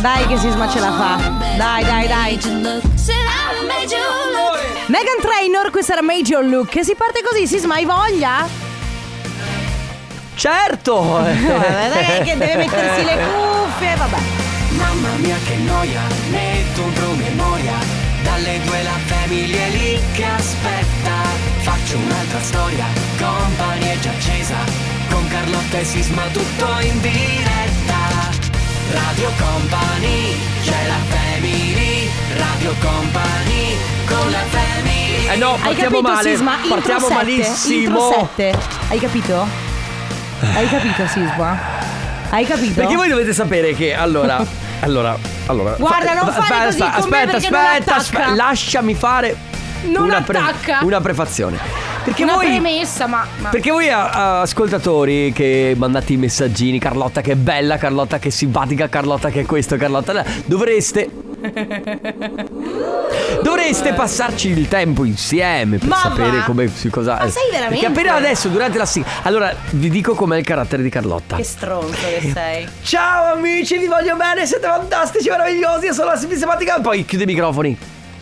Dai che Sisma ce la fa. Dai, dai, dai. Megan Trainor, questa era Major Look. Si parte così, Sisma, hai voglia? Certo! No, dai, che deve mettersi le cuffie, vabbè. Mamma mia che noia, metto un promemoria. Dalle due la famiglia è lì che aspetta. Faccio un'altra storia, company è già accesa. Con Carlotta e Sisma tutto in diretta. Radio Company, c'è la family. Radio Company, con la family. Eh no, Hai partiamo capito, male. Sisma? Intro partiamo sette, malissimo. Intro 7. Hai capito? Hai capito, Sisma? Hai capito? Perché voi dovete sapere che allora, allora, allora. Guarda, non fare aspetta, così con me aspetta, perché non aspetta, attacca. Ah. aspetta, lasciami fare Non una, pre- attacca. una prefazione. Perché Una voi premessa, ma. ma- Perché voi a- a- ascoltatori che mandate i messaggini, Carlotta che è bella, Carlotta che è simpatica, Carlotta che è questo, Carlotta là, dovreste Dovreste passarci il tempo insieme per Ma sapere va. come si cosa Ma sai veramente? Perché appena adesso durante la sigla Allora vi dico com'è il carattere di Carlotta. Che stronzo che sei. Ciao amici, vi voglio bene, siete fantastici, meravigliosi, io sono la simpatica. Poi chiude i microfoni.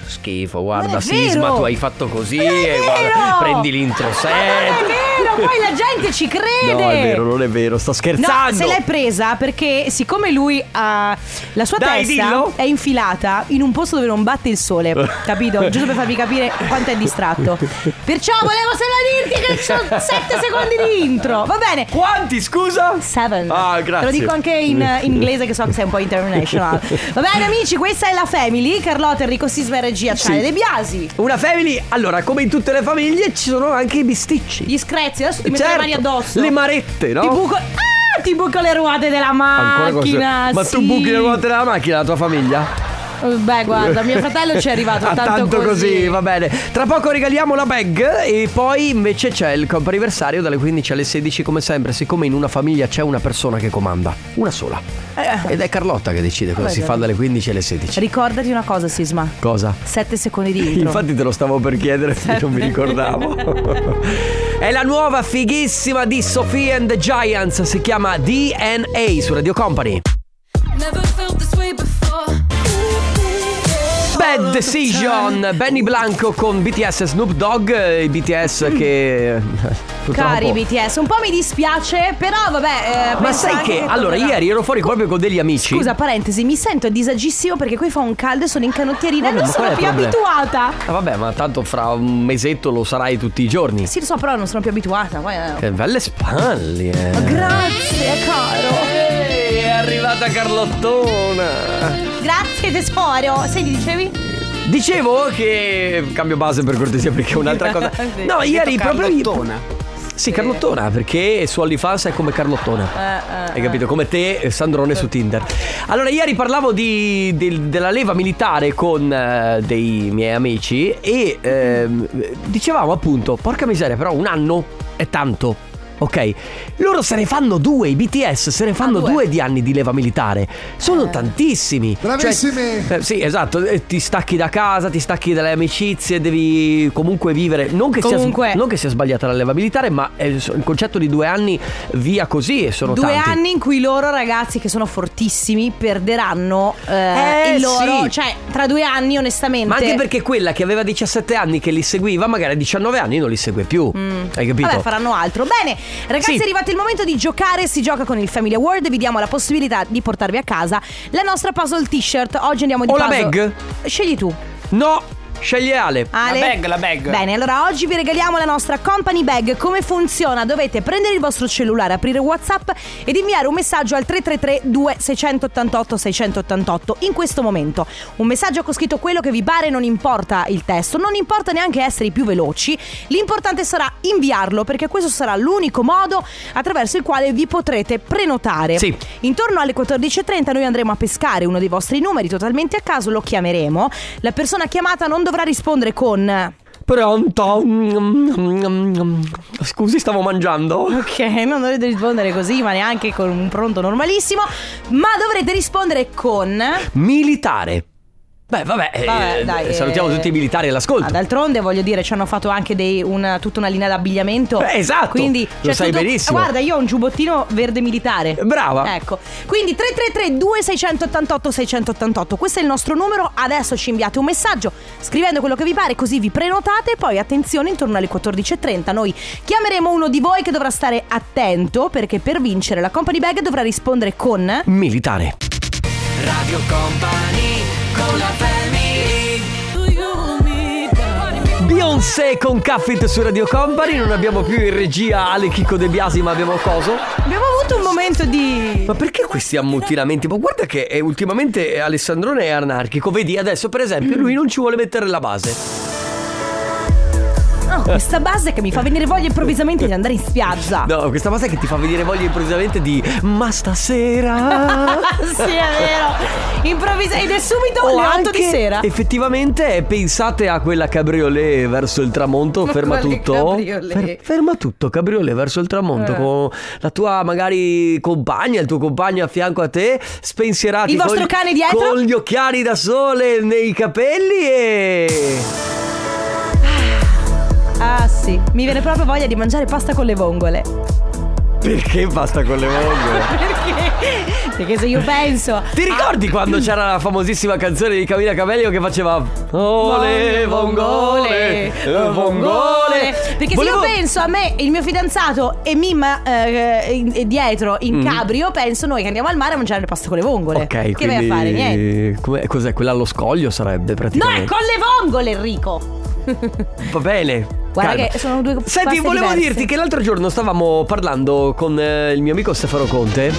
Schifo, Non guarda, è Sisma, vero. tu hai fatto così Non è e eh, guarda, vero. prendi l'intro Ma non è 7. vero, poi la gente ci crede. No, è vero, non è vero, sto No, scherzando. se l'è presa perché siccome lui ha la sua Dai, testa dillo. è infilata in un posto dove non batte il sole, capito? Giusto per farvi capire quanto è distratto. Perciò volevo solo dirti che ci sono 7 secondi di intro. Va bene. Quanti, scusa? Seven. Ah, grazie. Te lo dico anche in eh, inglese che so che sei un po' international. Va bene amici, questa è la Family, Carlotta, Enrico Sisma e regia Sì. Ciale De Biasi. Una family, allora, come in tutte le famiglie ci sono anche i bisticci. Gli screzi, adesso ti metto Certo, le mani addosso. Le marette, no? Ti buco Ah, ti buco le ruote della Ancora così. macchina. Ma tu sì. buchi le ruote della macchina, la tua famiglia? Beh, guarda, mio fratello ci è arrivato Ah, tanto, tanto così. va bene. Tra poco regaliamo la bag e poi invece c'è il comp'anniversario dalle 15 alle 16 come sempre, siccome in una famiglia c'è una persona che comanda, una sola. Ed è Carlotta che decide cosa Vabbè, si fa dalle 15 alle 16. Ricordati una cosa, Sisma. Cosa? 7 secondi di intro. Infatti te lo stavo per chiedere se non mi ricordavo. È la nuova fighissima di Sophie and the Giants, si chiama DNA su Radio Company. Bad Decision, Benny Blanco con BTS e Snoop Dogg, eh, i BTS che... eh, purtroppo- Mm. Cari BTS, un po' mi dispiace, però vabbè. eh, Ma penso sai anche che, allora tornerà. ieri ero fuori proprio con degli amici. Scusa, parentesi, mi sento a disagissimo perché qui fa un caldo e sono in canottierina e non Vabbè, Eh, ma qual sono è il più problema? abituata. Ah, vabbè, ma tanto fra un mesetto lo sarai tutti i giorni. Sì, lo so, però non sono più abituata. poi, eh. Che belle spalle. eh. Grazie, caro. Ehi, è arrivata Carlottona. Grazie, tesoro. Senti, dicevi? Dicevo che cambio base per cortesia perché è un'altra cosa. No, ieri proprio Carlottona. Sì, Carlottona, perché su OnlyFans è come Carlottona. Hai capito? Come te, eh, Sandrone su Tinder. Allora, ieri parlavo di- del- della leva militare con eh, dei miei amici e ehm, dicevamo appunto, porca miseria, però un anno è tanto. Ok, loro se ne fanno due, i BTS se ne fanno due. Ah, due Eh. di anni di leva militare. Sono tantissimi. Cioè, Bravissimi! eh, sì, esatto, eh, ti stacchi da casa, ti stacchi dalle amicizie, devi comunque vivere. Non che, Comunque. Sia, non che sia sbagliata la leva militare, ma eh, so- il concetto di due anni via così e sono Due tanti. anni in cui loro ragazzi che sono fortissimi perderanno eh, Eh, il loro, sì. cioè tra due anni onestamente. Ma anche perché quella che aveva 17 anni che li seguiva, magari a 19 anni non li segue più. Hai capito? Mm. Vabbè, faranno altro. Bene, ragazzi, Sì. è arrivato il momento di giocare. Si gioca con il Family Award. Vi diamo la possibilità di portarvi a casa la nostra puzzle t-shirt. Oggi andiamo di O la puzzle. bag? Scegli tu. No, scegli Ale. Ale. La bag, la bag. Bene, allora oggi vi regaliamo la nostra company bag. Come funziona? Dovete prendere il vostro cellulare, aprire WhatsApp ed inviare un messaggio al 333 2688 688 in questo momento. Un messaggio con scritto quello che vi pare, non importa il testo, non importa neanche essere i più veloci. L'importante sarà inviarlo perché questo sarà l'unico modo attraverso il quale vi potrete prenotare. Sì. Intorno alle 14.30 noi andremo a pescare uno dei vostri numeri totalmente a caso, lo chiameremo. La persona chiamata non dovrà rispondere con... Pronto? Mm, mm, mm, mm. Scusi, stavo mangiando. Ok, non dovete rispondere così, ma neanche con un pronto normalissimo, ma dovrete rispondere con... Militare. Beh, vabbè, Vabbè, eh, dai, salutiamo eh. tutti i militari all'ascolto. Ah, d'altronde, voglio dire, ci hanno fatto anche dei- una- tutta una linea d'abbigliamento. Beh, esatto, Quindi, cioè, Ah, lo sai benissimo. Guarda, io ho un giubbottino verde militare. Brava. Ecco. Quindi 333 2688 688. Questo è il nostro numero. Adesso ci inviate un messaggio scrivendo quello che vi pare, così vi prenotate. Poi attenzione, intorno alle 14:30 noi chiameremo uno di voi che dovrà stare attento perché per vincere la company bag dovrà rispondere con Militare. Radio Company con la family Beyoncé con Caffit su Radio Company. Non abbiamo più in regia Ale Chicco De Biasi, ma abbiamo coso. Abbiamo avuto un momento di Ma perché questi ammutinamenti? Ma guarda che eh, ultimamente Alessandrone è anarchico. Vedi, adesso per esempio lui non ci vuole mettere la base. Ah, questa base che mi fa venire voglia improvvisamente di andare in spiaggia. No, questa base che ti fa venire voglia improvvisamente di ma stasera sì, è vero. Improvvisa ed è subito O le 8 di anche, sera. Effettivamente eh, pensate a quella cabriolet verso il tramonto, Ma ferma quale tutto. cabriolet? ferma tutto, cabriolet verso il tramonto Eh. con la tua magari compagna, il tuo compagno a fianco a te, spensierati Il con vostro gli- cane dietro? con gli occhiali da sole nei capelli e Ah, sì. Mi viene proprio voglia di mangiare pasta con le vongole. perché basta con le vongole? Perché? Perché se io penso. Ti ricordi Ah. quando c'era la famosissima canzone di Camilla Cabello che faceva Oh le vongole, le vongole Perché Volevo- se io penso a me, il mio fidanzato e Mim eh, in- e dietro in cabrio, penso noi che andiamo al mare a mangiare le pasta con le vongole. Mm. Ok, che quindi... vai a fare? Niente. come- cos'è? Quella allo scoglio sarebbe No, ecco. è praticamente. con le vongole, Enrico. Va bene. Guarda calma. che sono due Senti, paste volevo diverse. dirti che l'altro giorno stavamo parlando con eh, il mio amico Stefano Conte.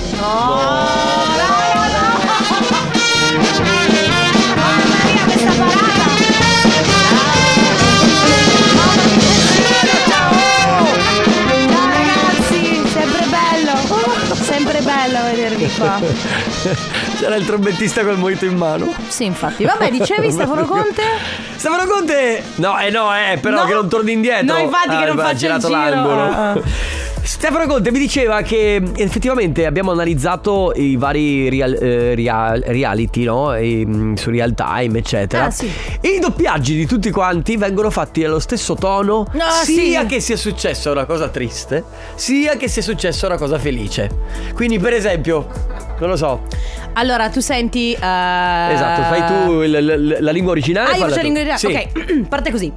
Ragazzi, sempre bello. Sempre bello vedervi qua. C'era il trombettista col moito in mano. Sì, infatti. Vabbè, dicevi Stefano Conte? Stefano Conte! No, eh no, eh, però No. che non torni indietro. No, infatti, che Ah, non ha faccia il girato giro. l'angolo. Ah, ah. Stefano Conte mi diceva che mm, effettivamente abbiamo analizzato i vari real- eh, real- reality, no? E, mm, su real time, eccetera. Ah, sì. E i doppiaggi di tutti quanti vengono fatti allo stesso tono, No, sia Ah, sì. che sia successa una cosa triste, sia che sia successa una cosa felice. Quindi, per esempio, non lo so, Allora, tu senti. eh, esatto, fai tu il- il- la lingua originale. Ah, io parla faccio tu. l'ingresso. Sì. Ok, parte così.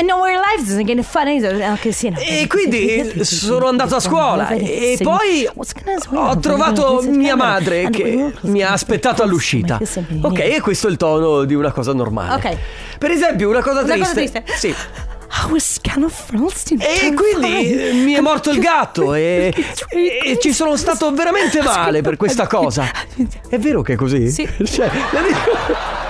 No, we're live isn't gonna funny. Ok, sì, no. E quindi sono andato a scuola e poi ho trovato mia madre che mi ha aspettato all'uscita. Ok, e questo è il tono di una cosa normale. Ok. Per esempio, una cosa Una triste. cosa triste. Sì. I was kind of frosted. E quindi eh, mi è morto il gatto e, e ci sono stato veramente male per questa cosa. È vero che è così? Sì. Cioè, la dico-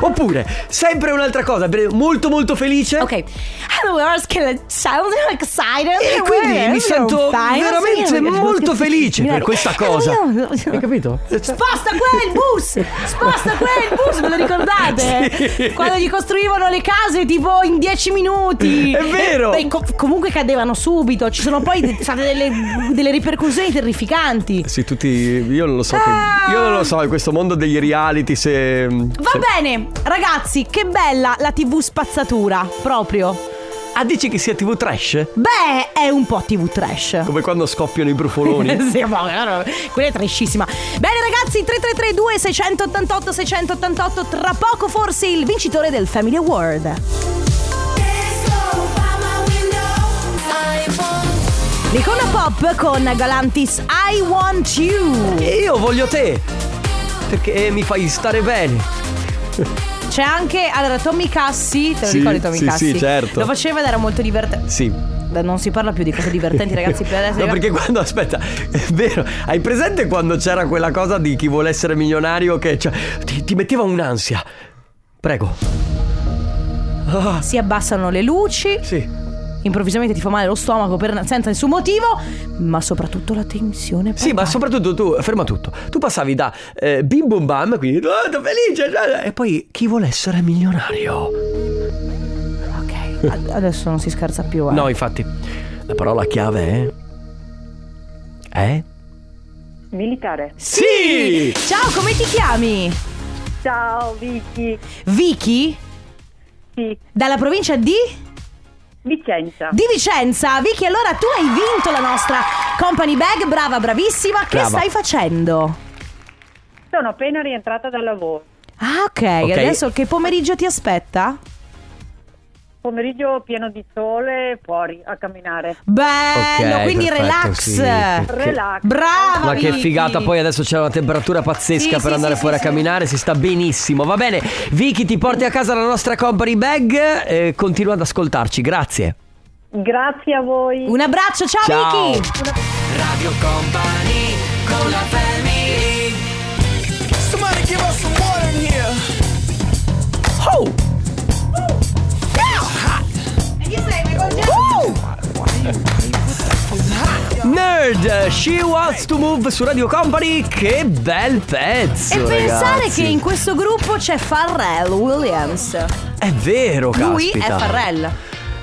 Oppure, sempre un'altra cosa, per- molto molto felice. Ok. Hello, we're all scared. Sound excited. E quindi mi sento veramente molto felice per questa cosa. Hai capito? Sposta quel bus! Sposta quel bus, ve lo ricordate? Sì. Quando gli costruivano le case tipo in 10 minuti. È vero. E- e co- comunque cadevano subito. Ci sono poi de- state delle, delle ripercussioni terrificanti. Sì, tutti. Io non lo so. Ah. Che, io non lo so, in questo mondo degli reality, se. Va se- bene, ragazzi, che bella la TV spazzatura, proprio. Ah, dici che sia TV trash? Beh, è un po' TV trash. Come quando scoppiano i brufoloni. sì, ma guarda, quella è trascissima. Bene ragazzi, 3332 688 688, tra poco forse il vincitore del Family Award. Nicona Pop con Galantis I Want You. E io voglio te. Perché mi fai stare bene. C'è anche, allora, Tommy Cassi, te lo Sì, ricordi Tommy sì, Cassi? sì, certo. Lo faceva ed era molto divertente. Sì. Beh, Non si parla più di cose divertenti ragazzi, per adesso... No, perché quando aspetta, è vero, hai presente quando c'era quella cosa di chi vuole essere milionario che cioè, ti, ti metteva un'ansia? Prego. Ah, Si abbassano le luci, Sì. improvvisamente ti fa male lo stomaco per- senza nessun motivo, ma soprattutto la tensione. Sì, ma papà. soprattutto tu, ferma tutto. Tu passavi da eh, bim bum bam, quindi "Oh, sono felice, cioè", e poi chi vuole essere milionario? Ok, ad- adesso non si scherza più. Eh. No, infatti, la parola chiave è. È? Militare. Sì! Ciao, come ti chiami? Ciao Vicky, Vicky, sì, dalla provincia di... Vicenza. Di Vicenza, Vicky, allora tu hai vinto la nostra company bag, brava, bravissima. Che Brava. stai facendo? Sono appena rientrata dal lavoro. Ah, ok. Ok. Adesso che pomeriggio ti aspetta? Pomeriggio pieno di sole, fuori a camminare. Bello, Ok, quindi perfetto, relax. sì, sì. Che- Relax. Brava, Ma che Vicky. figata, poi adesso c'è una temperatura pazzesca Sì, per sì, andare sì, fuori sì, a camminare, si sta benissimo. Va bene, Vicky ti porti a casa la nostra company bag, eh, continua ad ascoltarci, grazie. Grazie a voi. Un abbraccio, ciao, Ciao. Vicky. Radio Company con la family Oh! Nerd, She Wants to Move su Radio Company, che bel pezzo! E pensare ragazzi. che in questo gruppo c'è Farrell Williams. È vero, Lui è caspita. Farrell.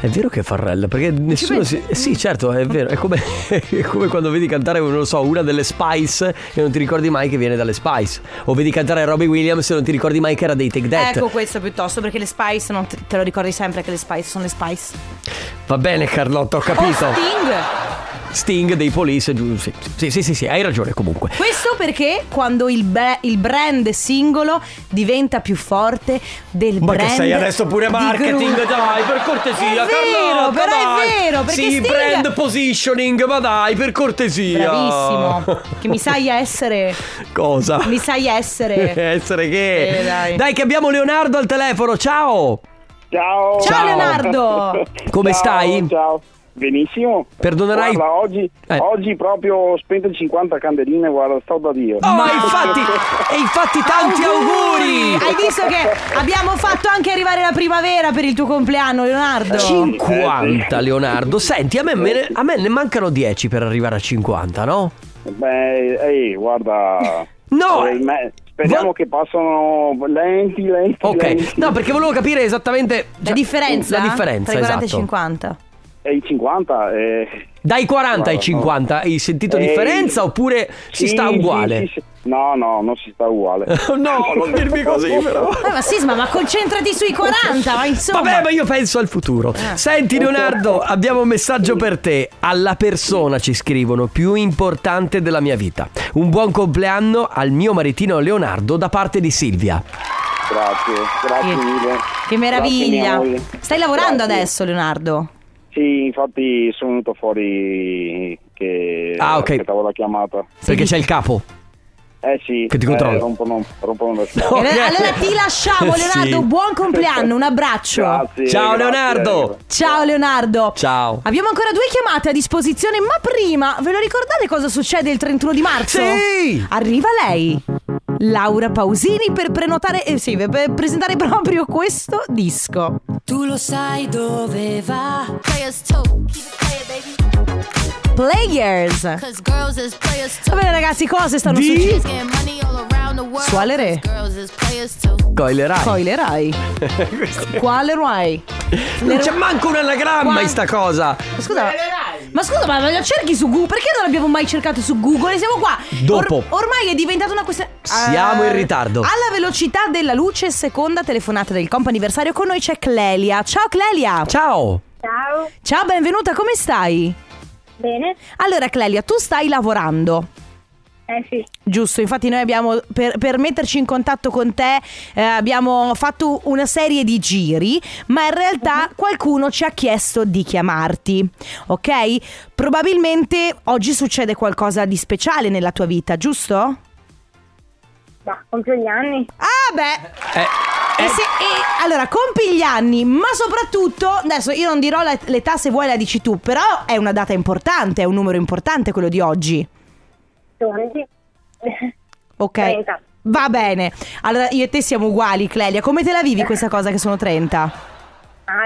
È vero che è Farrell, perché nessuno si... Sì, certo, è vero. È come, è come quando vedi cantare, non lo so, una delle Spice e non ti ricordi mai che viene dalle Spice. O vedi cantare Robbie Williams e non ti ricordi mai che era dei Take That. Ecco questo piuttosto, perché le Spice, non te, te lo ricordi sempre che le Spice sono le Spice. Va bene, Carlotta, ho Oh, capito. Sting. Sting dei Police, giusto. Sì, sì, sì, sì, hai ragione comunque. Questo perché quando il, be- il brand singolo diventa più forte del Ma brand che sei adesso pure di marketing, gruppo. dai, per cortesia, È vero, Carlotta, però dai. è vero, perché Sì, Sting- brand positioning, ma dai, per cortesia. Bravissimo, che mi sai essere, Cosa? mi sai essere. Essere che. Eh, dai. che abbiamo Leonardo al telefono. Ciao. Ciao. Ciao, Leonardo. Come Ciao, stai? Ciao. Benissimo. Perdonerai- Guarda, oggi, Eh. oggi proprio ho spento 50 candeline, guarda, sto da Dio. Ma Oh, infatti, e infatti tanti auguri. Hai visto che abbiamo fatto anche arrivare la primavera per il tuo compleanno, Leonardo? Cin- 50 Eh, sì. Leonardo, senti a me, me ne, a me ne mancano 10 per arrivare a 50, no? Beh, ehi, guarda. No, eh, eh, me- speriamo va- che passano lenti, lenti. Ok, lenti. no perché volevo capire esattamente La differenza? La differenza, tra i 40 esatto. e i 50. E i 50. eh. Dai 40 ai Guarda, 50 hai sentito Ehi. differenza oppure si Sì, sta sì, uguale? sì, sì. No, no, non si sta uguale. no, non dirmi così però. Eh, ma Sisma, ma concentrati sui 40, ma insomma. Eh, Vabbè, ma io penso al futuro. Senti, Leonardo, abbiamo un messaggio per te. Alla persona ci scrivono più importante della mia vita. Un buon compleanno al mio maritino Leonardo da parte di Silvia. Grazie, grazie Che- mille. Che Grazie, meraviglia. mia moglie. Stai lavorando Grazie. adesso, Leonardo? Sì, infatti sono venuto fuori che Ah, ok. aspettavo la chiamata. Perché c'è il capo. Eh sì. Che ti eh, controlla. rompono, rompono le scatole. No. E allora- Ok. Eh, Allora ti lasciamo Leonardo, Oh, Sì. buon compleanno, un abbraccio. Grazie, Ciao, grazie, Leonardo. Ciao Leonardo. Ciao. Abbiamo ancora due chiamate a disposizione, ma prima ve lo ricordate cosa succede il 31 di marzo? Sì! Arriva lei, Laura Pausini, per prenotare, eh, sì, per presentare proprio questo disco. Tu lo sai dove va. players too. Keep it playing, baby. Players. Va Cause girls is players too. bene ragazzi, cose stanno Di- succedendo? It's getting money all around the world. Suolere. Cause girls is players too. Coilerai. Poi le Rai. Quale Rai? non c'è manco un anagramma in sta cosa. Ma scusa, ma scusa, ma la cerchi su Google? Perché non l'abbiamo mai cercato su Google? Siamo qua. Dopo. ormai è diventata una questione. Siamo in ritardo. Alla velocità della luce, seconda telefonata del comp anniversario con noi c'è Clelia. Ciao Clelia. Ciao. Ciao. Ciao, benvenuta, come stai? Bene? Allora, Clelia, tu stai lavorando. Eh sì. Giusto, infatti noi abbiamo, per, per metterci in contatto con te, eh, abbiamo fatto una serie di giri, ma in realtà Mhm. qualcuno ci ha chiesto di chiamarti, ok? Probabilmente oggi succede qualcosa di speciale nella tua vita, giusto? Ma compio gli anni. Ah beh! Eh, E eh, se- e- allora, compi gli anni, ma soprattutto, adesso io non dirò la- l'età se vuoi la dici tu, però è una data importante, è un numero importante quello di oggi, 12. eh, ok? 30. Va bene, allora io e te siamo uguali, Clelia. Come te la vivi questa cosa che sono 30? Ah,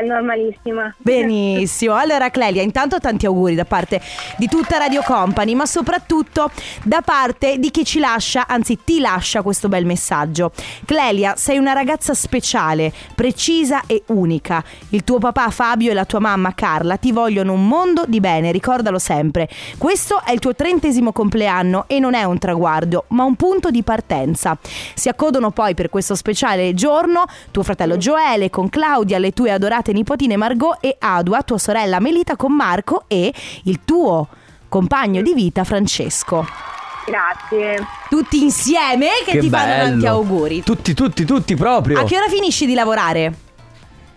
Ah, normalissima. Benissimo, allora Clelia, intanto tanti auguri da parte di tutta Radio Company, ma soprattutto da parte di chi ci lascia, anzi ti lascia questo bel messaggio. Clelia, sei una ragazza speciale, precisa e unica. Il tuo papà Fabio e la tua mamma Carla ti vogliono un mondo di bene, ricordalo sempre. Questo è il tuo trentesimo compleanno e non è un traguardo, ma un punto di partenza. Si accodono poi per questo speciale giorno tuo fratello Joele con Claudia, le tue adorate nipotine Margot e Adua, tua sorella Melita con Marco e il tuo compagno di vita Francesco. Grazie. Tutti insieme che, ti fanno tanti bello. auguri. Tutti, tutti, tutti proprio. A che ora finisci di lavorare?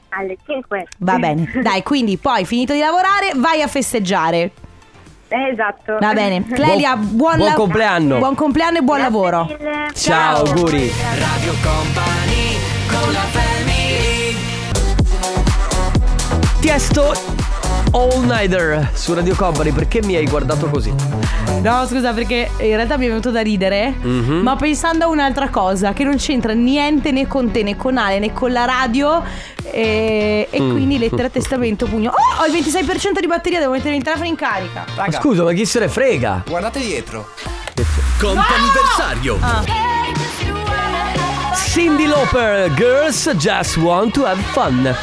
Alle 5. Va bene, dai, quindi poi finito di lavorare vai a festeggiare. Eh, esatto. Va bene. Clelia, buon, Buon- buon compleanno. Buon compleanno e buon Grazie lavoro. mille. Ciao, auguri. Radio Company con la family. Tiesto All Nighter su Radio Company, perché mi hai guardato così? No, scusa, perché in realtà mi è venuto da ridere, ma pensando a un'altra cosa che non c'entra niente né con te né con Ale né con la radio. eh, E, e quindi lettera, testamento, pugno. Oh, ho il 26% di batteria, devo mettere il telefono in carica. Ma scusa, ma chi se ne frega? Guardate dietro. Comp'anniversario. Ah. Cindy Lauper, Girls Just Want to Have Fun.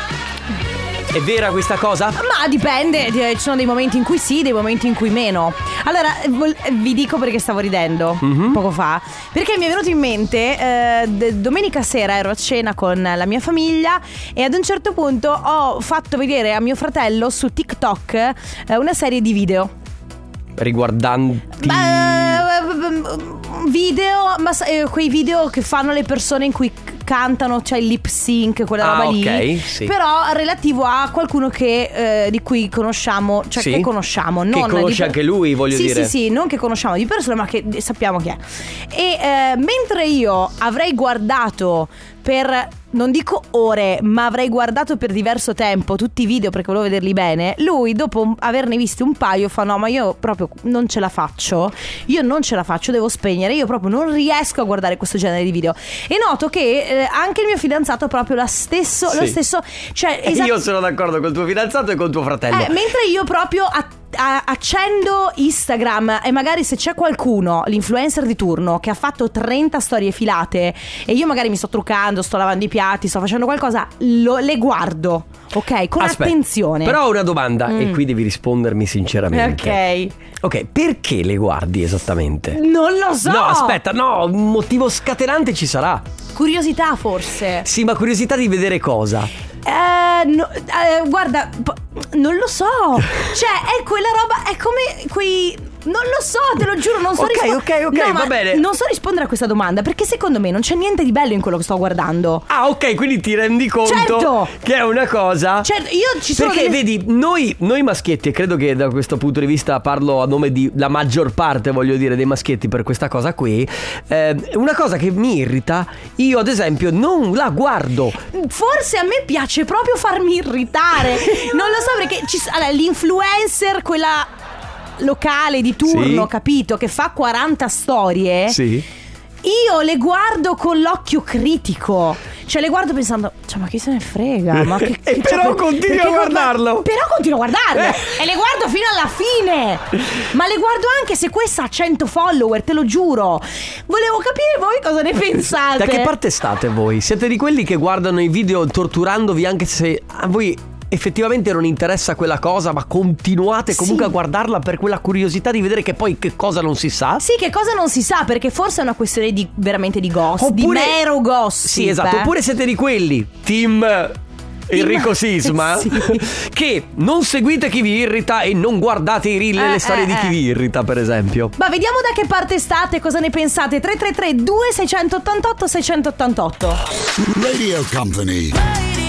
È vera questa cosa? Ma dipende, eh, ci sono dei momenti in cui sì, dei momenti in cui meno. Allora, eh, vol- eh, vi dico perché stavo ridendo Mhm. poco fa. Perché mi è venuto in mente, eh, d- domenica sera ero a cena con la mia famiglia e ad un certo punto ho fatto vedere a mio fratello su TikTok eh, una serie di video. Riguardanti. Beh, video, ma sa- eh, quei video che fanno le persone in cui c- cantano, c'è il lip sync, quella Ah, roba lì. ok, sì. Però relativo a qualcuno che, eh, di cui conosciamo, cioè Sì. che conosciamo. Che Non conosce di per- anche lui, voglio Sì, dire. Sì, sì, non che conosciamo di persona, ma che sappiamo chi è. E eh, mentre io avrei guardato per. Non dico ore, ma avrei guardato per diverso tempo tutti i video perché volevo vederli bene. Lui, dopo un- averne visti un paio, fa: No, ma io proprio non ce la faccio. Io non ce la faccio, devo spegnere. Io proprio non riesco a guardare questo genere di video. E noto che eh, anche il mio fidanzato ha proprio la stesso, lo Sì. stesso. Cioè, esatt- Eh, Io sono d'accordo col tuo fidanzato e col tuo fratello. eh, mentre io proprio a- a- accendo Instagram e magari se c'è qualcuno, l'influencer di turno, che ha fatto 30 storie filate e io magari mi sto truccando, sto lavando i piatti, sto facendo qualcosa, lo- le guardo, ok? Con Aspetta, attenzione. Mm. Però ho una domanda e qui devi rispondermi sinceramente. Ok. Ok, perché le guardi esattamente? Non lo so. No, aspetta, no, un motivo scatenante ci sarà. Curiosità forse. Sì, ma curiosità di vedere cosa. Eh, no- eh, guarda, po- non lo so. Cioè, è quella roba, è come quei... Non lo so, te lo giuro, non so Ok, rispondere. ok, ok, va bene. Non so rispondere a questa domanda perché secondo me non c'è niente di bello in quello che sto guardando. Ah, ok, quindi ti rendi conto Certo. che è una cosa. Certo, io ci sono Perché delle- vedi, noi, noi maschietti, e credo che da questo punto di vista parlo a nome di la maggior parte, voglio dire, dei maschietti per questa cosa qui. eh, una cosa che mi irrita, io ad esempio non la guardo. Forse a me piace proprio farmi irritare. non lo so perché ci... s- allora, l'influencer, quella locale di turno, Sì. capito, che fa 40 storie. Sì. Io le guardo con l'occhio critico. Cioè, le guardo pensando, cioè, ma chi se ne frega? Ma che, E che- però cioè, continui perché a guardarlo. Però continuo a guardarlo. Eh. E le guardo fino alla fine. Ma le guardo anche se questa ha 100 follower, te lo giuro. Volevo capire voi cosa ne pensate. Da che parte state voi? Siete di quelli che guardano i video torturandovi anche se a voi effettivamente non interessa quella cosa, ma continuate comunque Sì. a guardarla per quella curiosità di vedere che poi che cosa non si sa? Sì, che cosa non si sa, perché forse è una questione di veramente di gossip, di mero gossip. Sì, esatto. eh. Oppure siete di quelli, team Enrico Sisma, Sì. che non seguite chi vi irrita e non guardate i reel e Eh, le storie eh, di chi eh. vi irrita, per esempio. Ma vediamo da che parte state, cosa ne pensate. 333 2688 688. Cioè, Radio Company.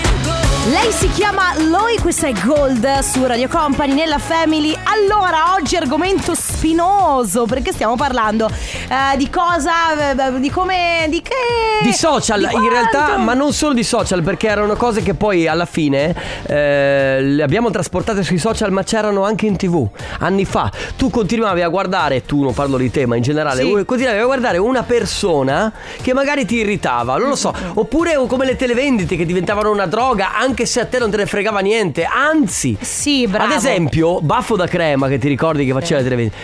Lei si chiama Loi, questa è Gold su Radio Company nella Family. Allora, oggi argomento spinoso perché stiamo parlando eh, di cosa, eh, di come, di che... Di social, Eh, di in realtà, quanto. ma non solo di social, perché erano cose che poi alla fine eh, le abbiamo trasportate sui social, ma c'erano anche in tv anni fa. Tu continuavi a guardare, tu non parlo di te, ma in generale, Sì. eh, continuavi a guardare una persona che magari ti irritava, non lo so, oppure come le televendite che diventavano una droga, anche se a te non te ne fregava niente, anzi. Sì, bravo. Ad esempio, baffo da crema che ti ricordi che faceva la televisione.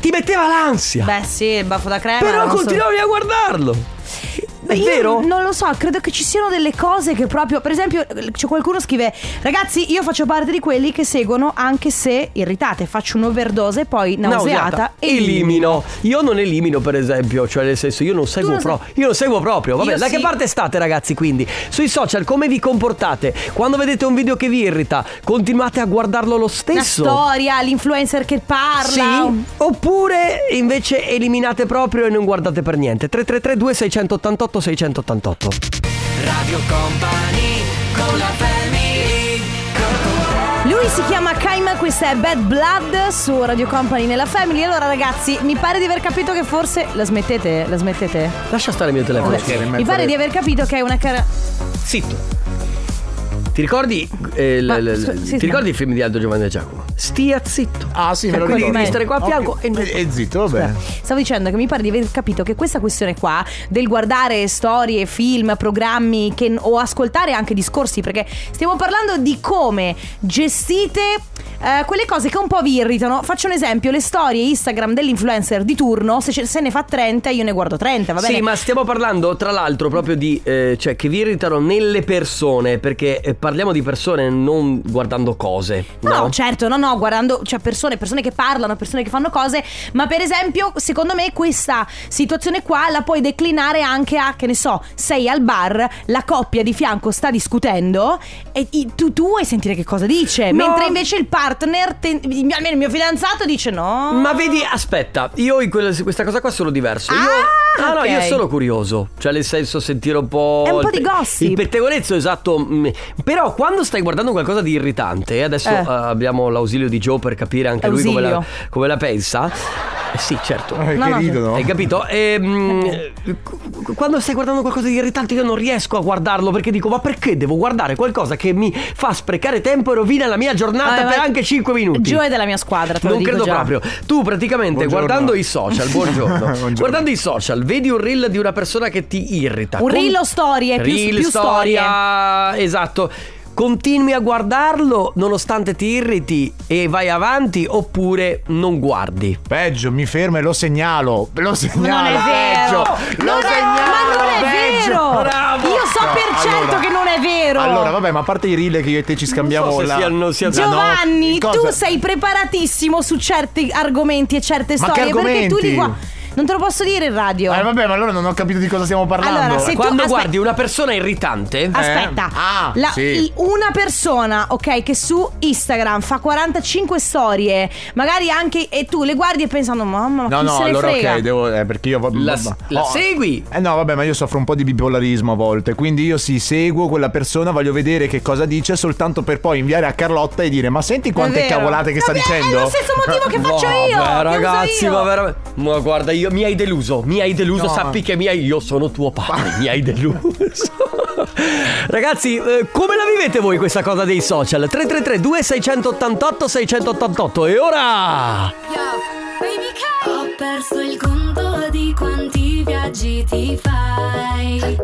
Ti metteva l'ansia. Beh, sì, il baffo da crema. però non so- continuavi a guardarlo. È Io vero? Non lo so, credo che ci siano delle cose che proprio. Per esempio, c'è qualcuno scrive: Ragazzi, io faccio parte di quelli che seguono anche se irritate, faccio un'overdose, poi nauseata e elimino. Io non elimino, per esempio, cioè nel senso, io non seguo non sei- proprio. Io non seguo proprio. Vabbè, Io da sì. che parte state, ragazzi? Quindi, sui social, come vi comportate? Quando vedete un video che vi irrita, continuate a guardarlo lo La stesso. storia, l'influencer che parla. Sì, oppure invece eliminate proprio e non guardate per niente. 333 2688 688. Lui si chiama Kaima, questa è Bad Blood su Radio Company nella Family. Allora, ragazzi, mi pare di aver capito che forse. La smettete? La smettete? Lascia stare il mio telefono. Vabbè. Mi pare di aver capito che è una cara. Zitto. Ti ricordi, eh, l- Ma, l- scusa, sì, ti sì. ricordi il film di Aldo Giovanni e Giacomo? Stia zitto. Ah, sì, me lo Ecco, ricordo. devi stare qua a fianco e non- E zitto, vabbè. Stavo dicendo che mi pare di aver capito che questa questione qua del guardare storie, film, programmi che- o ascoltare anche discorsi, perché stiamo parlando di come gestite eh, quelle cose che un po' vi irritano. Faccio un esempio, le storie Instagram dell'influencer di turno, se, ce- se ne fa 30 io ne guardo 30, va bene? Sì, ma stiamo parlando tra l'altro proprio di eh, cioè che vi irritano nelle persone, perché eh, parliamo di persone non guardando cose. No, No, certo, no, no, guardando, cioè persone, persone che parlano, persone che fanno cose, ma per esempio, secondo me questa situazione qua la puoi declinare anche a, che ne so, sei al bar, la coppia di fianco sta discutendo e i- tu, tu vuoi sentire che cosa dice, No. mentre invece il partner, te- almeno il mio fidanzato dice no. Ma vedi, aspetta, io in quella- questa cosa qua sono diverso. Io, Ah, no, no, ok. io sono curioso. Cioè, nel senso, sentire un po'. È un po' il- di gossip. Il pettegolezzo, esatto. mm, Però, quando stai guardando qualcosa di irritante, e adesso Eh. eh, abbiamo l'ausilio di Joe per capire anche lui come la, Ausilio. come la pensa. Eh, sì, certo. Eh, No, che no, sì. ridono. Hai capito? Ehm, qu- quando stai guardando qualcosa di irritante io non riesco a guardarlo perché dico ma perché devo guardare qualcosa che mi fa sprecare tempo e rovina la mia giornata Eh, Vabbè, per ma- anche 5 minuti? Gio è della mia squadra, te lo Non dico credo già. proprio. Tu praticamente Buongiorno. guardando i social, buongiorno, Buongiorno. guardando i social, vedi un reel di una persona che ti irrita. Un reel o storie, più- reel, più storia, esatto. Continui a guardarlo nonostante ti irriti e vai avanti oppure non guardi. Peggio, mi fermo e lo segnalo. Lo Ma segnalo. non è vero. Peggio, lo Non è- segnalo. ma non è peggio. vero. Bravo. Io so No, per certo allora- che non è vero. Allora, vabbè, ma a parte i reel che io e te ci scambiamo so se la- sia- non sia- la Giovanni, no- tu cosa- sei preparatissimo su certi argomenti e certe Ma che storie perché tu li argomenti? guardi. Non te lo posso dire in radio. Eh, vabbè, ma allora non ho capito di cosa stiamo parlando. Allora, se- E tu Quando aspe- guardi una persona irritante, Aspetta, Ah, La- sì. i- una persona, ok, che su Instagram fa 45 storie, magari anche e tu le guardi e pensando, mamma, ma No, chi no, se ne allora frega? ok, devo. eh, perché io. la, vabbè, la oh, segui. Eh no, vabbè, ma io soffro un po' di bipolarismo a volte, quindi io sì, seguo quella persona, voglio vedere che cosa dice, soltanto per poi inviare a Carlotta e dire: Ma senti quante È vero. cavolate che sta Vabbè, dicendo? È lo stesso motivo che faccio Vabbè, io. che uso ragazzi, io. ma veramente. Ma guarda, io mi hai deluso. Mi hai deluso. Sappi che mi hai. Io sono tuo padre. mi hai deluso. ragazzi, eh, come la vivete voi questa cosa dei social? 333 2688 688 E ora. Ho perso il conto di quanti viaggi ti fai.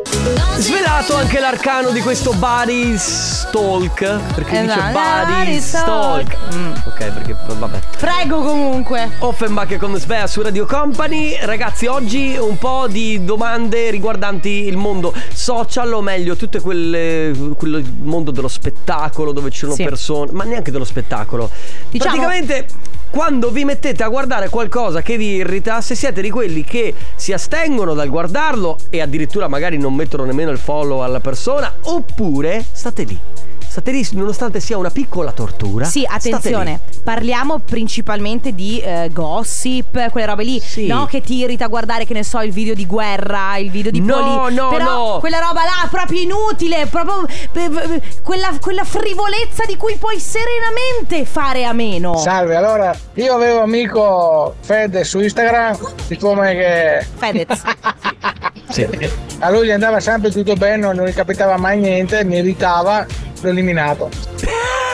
Svelato anche l'arcano di questo body stalk. Perché Eh, dice no, body body stalk. stalk. Mm. Ok, perché vabbè. Prego comunque. Offenbach con Svea su Radio Company. Ragazzi, oggi un po' di domande riguardanti il mondo social, o meglio, tutto quelle- quel mondo dello spettacolo dove ci sono Sì. persone, ma neanche dello spettacolo. Diciamo- Praticamente. Quando vi mettete a guardare qualcosa che vi irrita, se siete di quelli che si astengono dal guardarlo e addirittura magari non mettono nemmeno il follow alla persona, oppure state lì. State lì nonostante sia una piccola tortura. Sì, state lì. attenzione, parliamo principalmente di eh, gossip, quelle robe lì, Sì. no? Che ti irrita guardare, che ne so, il video di guerra, il video di No, poli. no, Però no. quella roba là è proprio inutile, proprio eh, eh, quella, quella frivolezza di cui puoi serenamente fare a meno. Salve, allora io avevo amico Fede su Instagram, siccome che Fedez. Sì. a lui gli andava sempre tutto bene, non gli capitava mai niente, mi irritava, l'ho eliminato.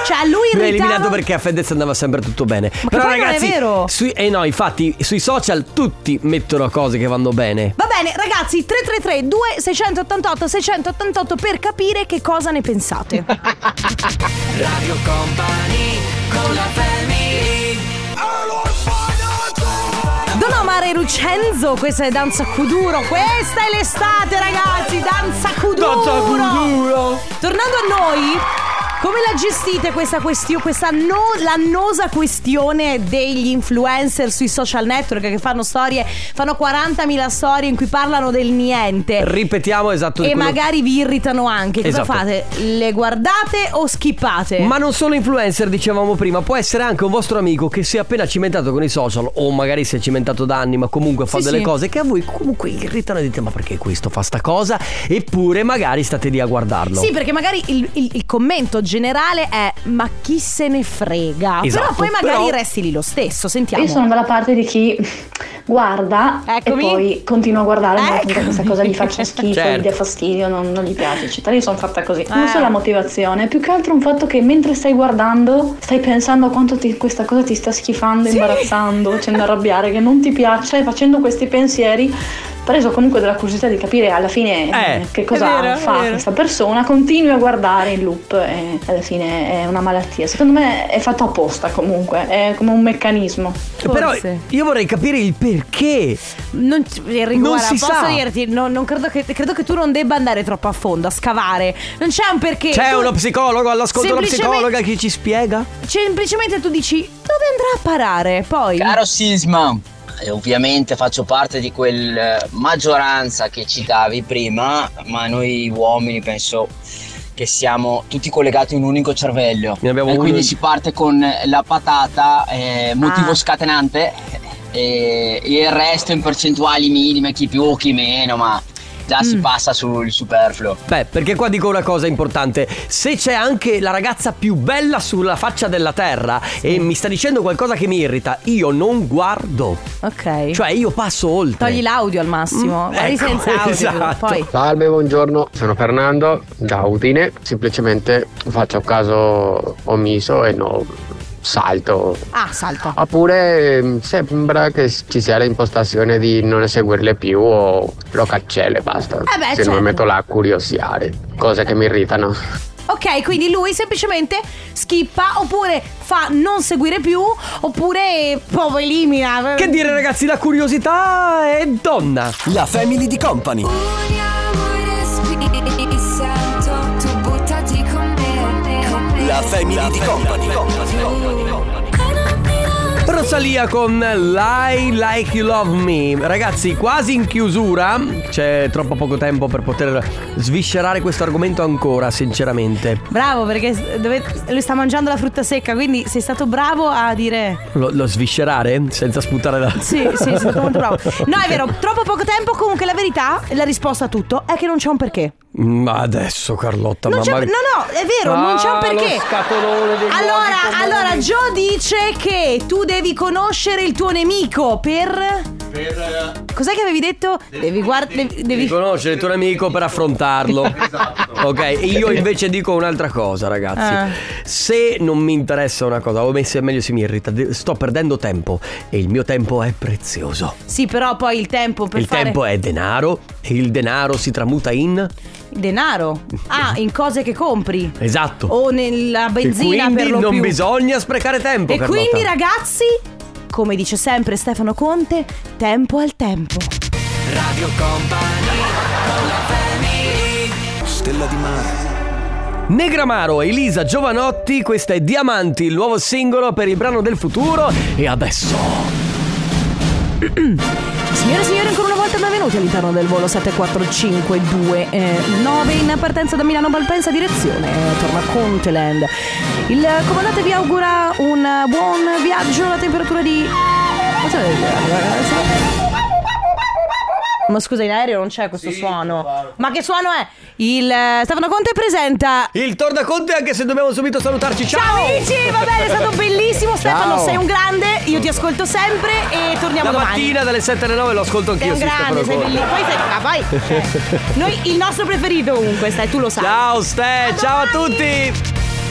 Cioè, Allora, a lui in Mi ha realtà eliminato perché a Fedez andava sempre tutto bene. Ma che Però poi non è ragazzi, vero. Sui, eh no, infatti, sui social tutti mettono cose che vanno bene. Va bene, ragazzi, 333 2688 688 per capire che cosa ne pensate. Radio Company con la family Don Omar e Lucenzo, questa è Danza Cuduro. Questa è l'estate, ragazzi, Danza Cuduro. Danza Cuduro. Tornando a noi, come la gestite questa questione, questa no- l'annosa questione degli influencer sui social network che fanno storie, fanno 40.000 storie in cui parlano del niente. Ripetiamo esatto di e quello- magari vi irritano anche. Cosa Esatto. fate? Le guardate o schippate? Ma non solo influencer, dicevamo prima, può essere anche un vostro amico che si è appena cimentato con i social o magari si è cimentato da anni, ma comunque fa Sì, delle sì. cose che a voi comunque irritano e dite "Ma perché questo fa sta cosa?" Eppure magari state lì a guardarlo. Sì, perché magari il, il- il commento generale è ma chi se ne frega. Esatto, però poi magari però- resti lì lo stesso, sentiamo. Io sono dalla parte di chi guarda Eccomi. e poi continua a guardare, ma Eccomi. appunto questa cosa gli faccia schifo, Certo. gli dia fastidio, non, non gli piace, eccetera. Io sono fatta così. Eh. Non so la motivazione, più che altro un fatto che mentre stai guardando, stai pensando a quanto ti- questa cosa ti sta schifando, Sì. imbarazzando, facendo arrabbiare, che non ti piace, e facendo questi pensieri. Preso comunque della curiosità di capire alla fine Eh, eh, che cosa è vero, è fa vero. questa persona, continui a guardare in loop e alla fine è una malattia. Secondo me è fatto apposta comunque, è come un meccanismo. Eh, Però forse. io vorrei capire il perché. Non, Enrico, Non guarda, si posso sa. dirti, no- non credo, che, credo che tu non debba andare troppo a fondo, a scavare. Non c'è un perché. C'è Tu- uno psicologo all'ascolto, una semplicemente- psicologa che ci spiega? Semplicemente tu dici dove andrà a parare? Poi. Caro Sisma, eh, ovviamente faccio parte di quel eh, maggioranza che citavi prima, ma noi uomini penso che siamo tutti collegati in un unico cervello. Ne abbiamo E uno- quindi si parte con la patata, eh, motivo Ah. scatenante, eh, e il resto in percentuali minime, chi più o chi meno, ma già si Mm. passa sul superfluo. Beh, perché qua dico una cosa importante. Se c'è anche la ragazza più bella sulla faccia della terra e mi sta dicendo qualcosa che mi irrita, io non guardo. Ok. Cioè, io passo oltre. Togli l'audio al massimo. Mm, Vai ecco, senza audio. esatto. Poi. Salve, buongiorno, sono Fernando da Udine. Semplicemente faccio caso omiso e non salto. Ah, salta. Oppure ehm, sembra che ci sia l'impostazione di non seguirle più o lo cancello e basta. Eh beh, Se certo. non metto là a curiosare, cose che mi irritano. Ok, quindi lui semplicemente skippa oppure fa non seguire più oppure eh, proprio elimina. Che dire, ragazzi, la curiosità è donna. La family di company. Uniamo i respiri, sento tu buttati con me. La family di company. Rosalia con Lie Like You Love Me. Ragazzi, quasi in chiusura. C'è troppo poco tempo per poter sviscerare questo argomento ancora, sinceramente. Bravo perché dove- lui sta mangiando la frutta secca, quindi sei stato bravo a dire... Lo, lo sviscerare senza sputare la. Sì, sì, sei stato molto bravo. No, è vero, troppo poco tempo, comunque la verità, la risposta a tutto è che non c'è un perché. Ma Mm, adesso Carlotta, Non ma c'è- ma- no, no, è vero, Ah, non c'è un lo perché. scatolone dei luoghi Allora, comuni. allora, Joe dice che tu devi conoscere il tuo nemico per... Per Cos'è che avevi detto? Devi guardare... Devi Devi... conoscere il tuo amico per affrontarlo. Esatto. Ok, io invece dico un'altra cosa, ragazzi. Ah. Se non mi interessa una cosa, o me- se meglio se mi irrita, de- sto perdendo tempo e il mio tempo è prezioso. Sì, però poi il tempo per il fare... tempo è denaro e il denaro si tramuta in Denaro. Ah, in cose che compri. Esatto. O nella E Oh, benzina quindi per lo non più. bisogna sprecare tempo, E Carlotta. quindi ragazzi, come dice sempre Stefano Conte, tempo al tempo. Radio Company con la family Stella di mare Negramaro, Elisa Giovanotti, questa è Diamanti, il nuovo singolo per il brano del futuro e adesso Signore e signori, ancora una volta benvenuti all'interno del volo 74529 eh, in partenza da Milano Malpensa direzione eh, torna Conteland. Il eh, comandante vi augura un eh, buon viaggio, la temperatura di Ma scusa, in aereo non c'è questo suono. Ma che suono è? Il eh, Stefano Conte presenta il tornaconte anche se dobbiamo subito salutarci. Ciao! Ciao amici, va bene, è stato bellissimo. Stefano, Ciao. sei un grande, io ti ascolto sempre e torniamo La domani. mattina dalle 7 alle 9 lo ascolto Sei anch'io, un sì, Stefano grande, sei Conte. bellissimo. Poi sei. Ah, poi. cioè, Noi il nostro preferito comunque, stai, tu lo sai. Ciao Ste, ciao a tutti!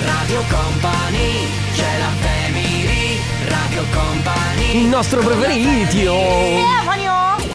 Radio Company, c'è la family, Radio Company. Il nostro preferito. Stefano!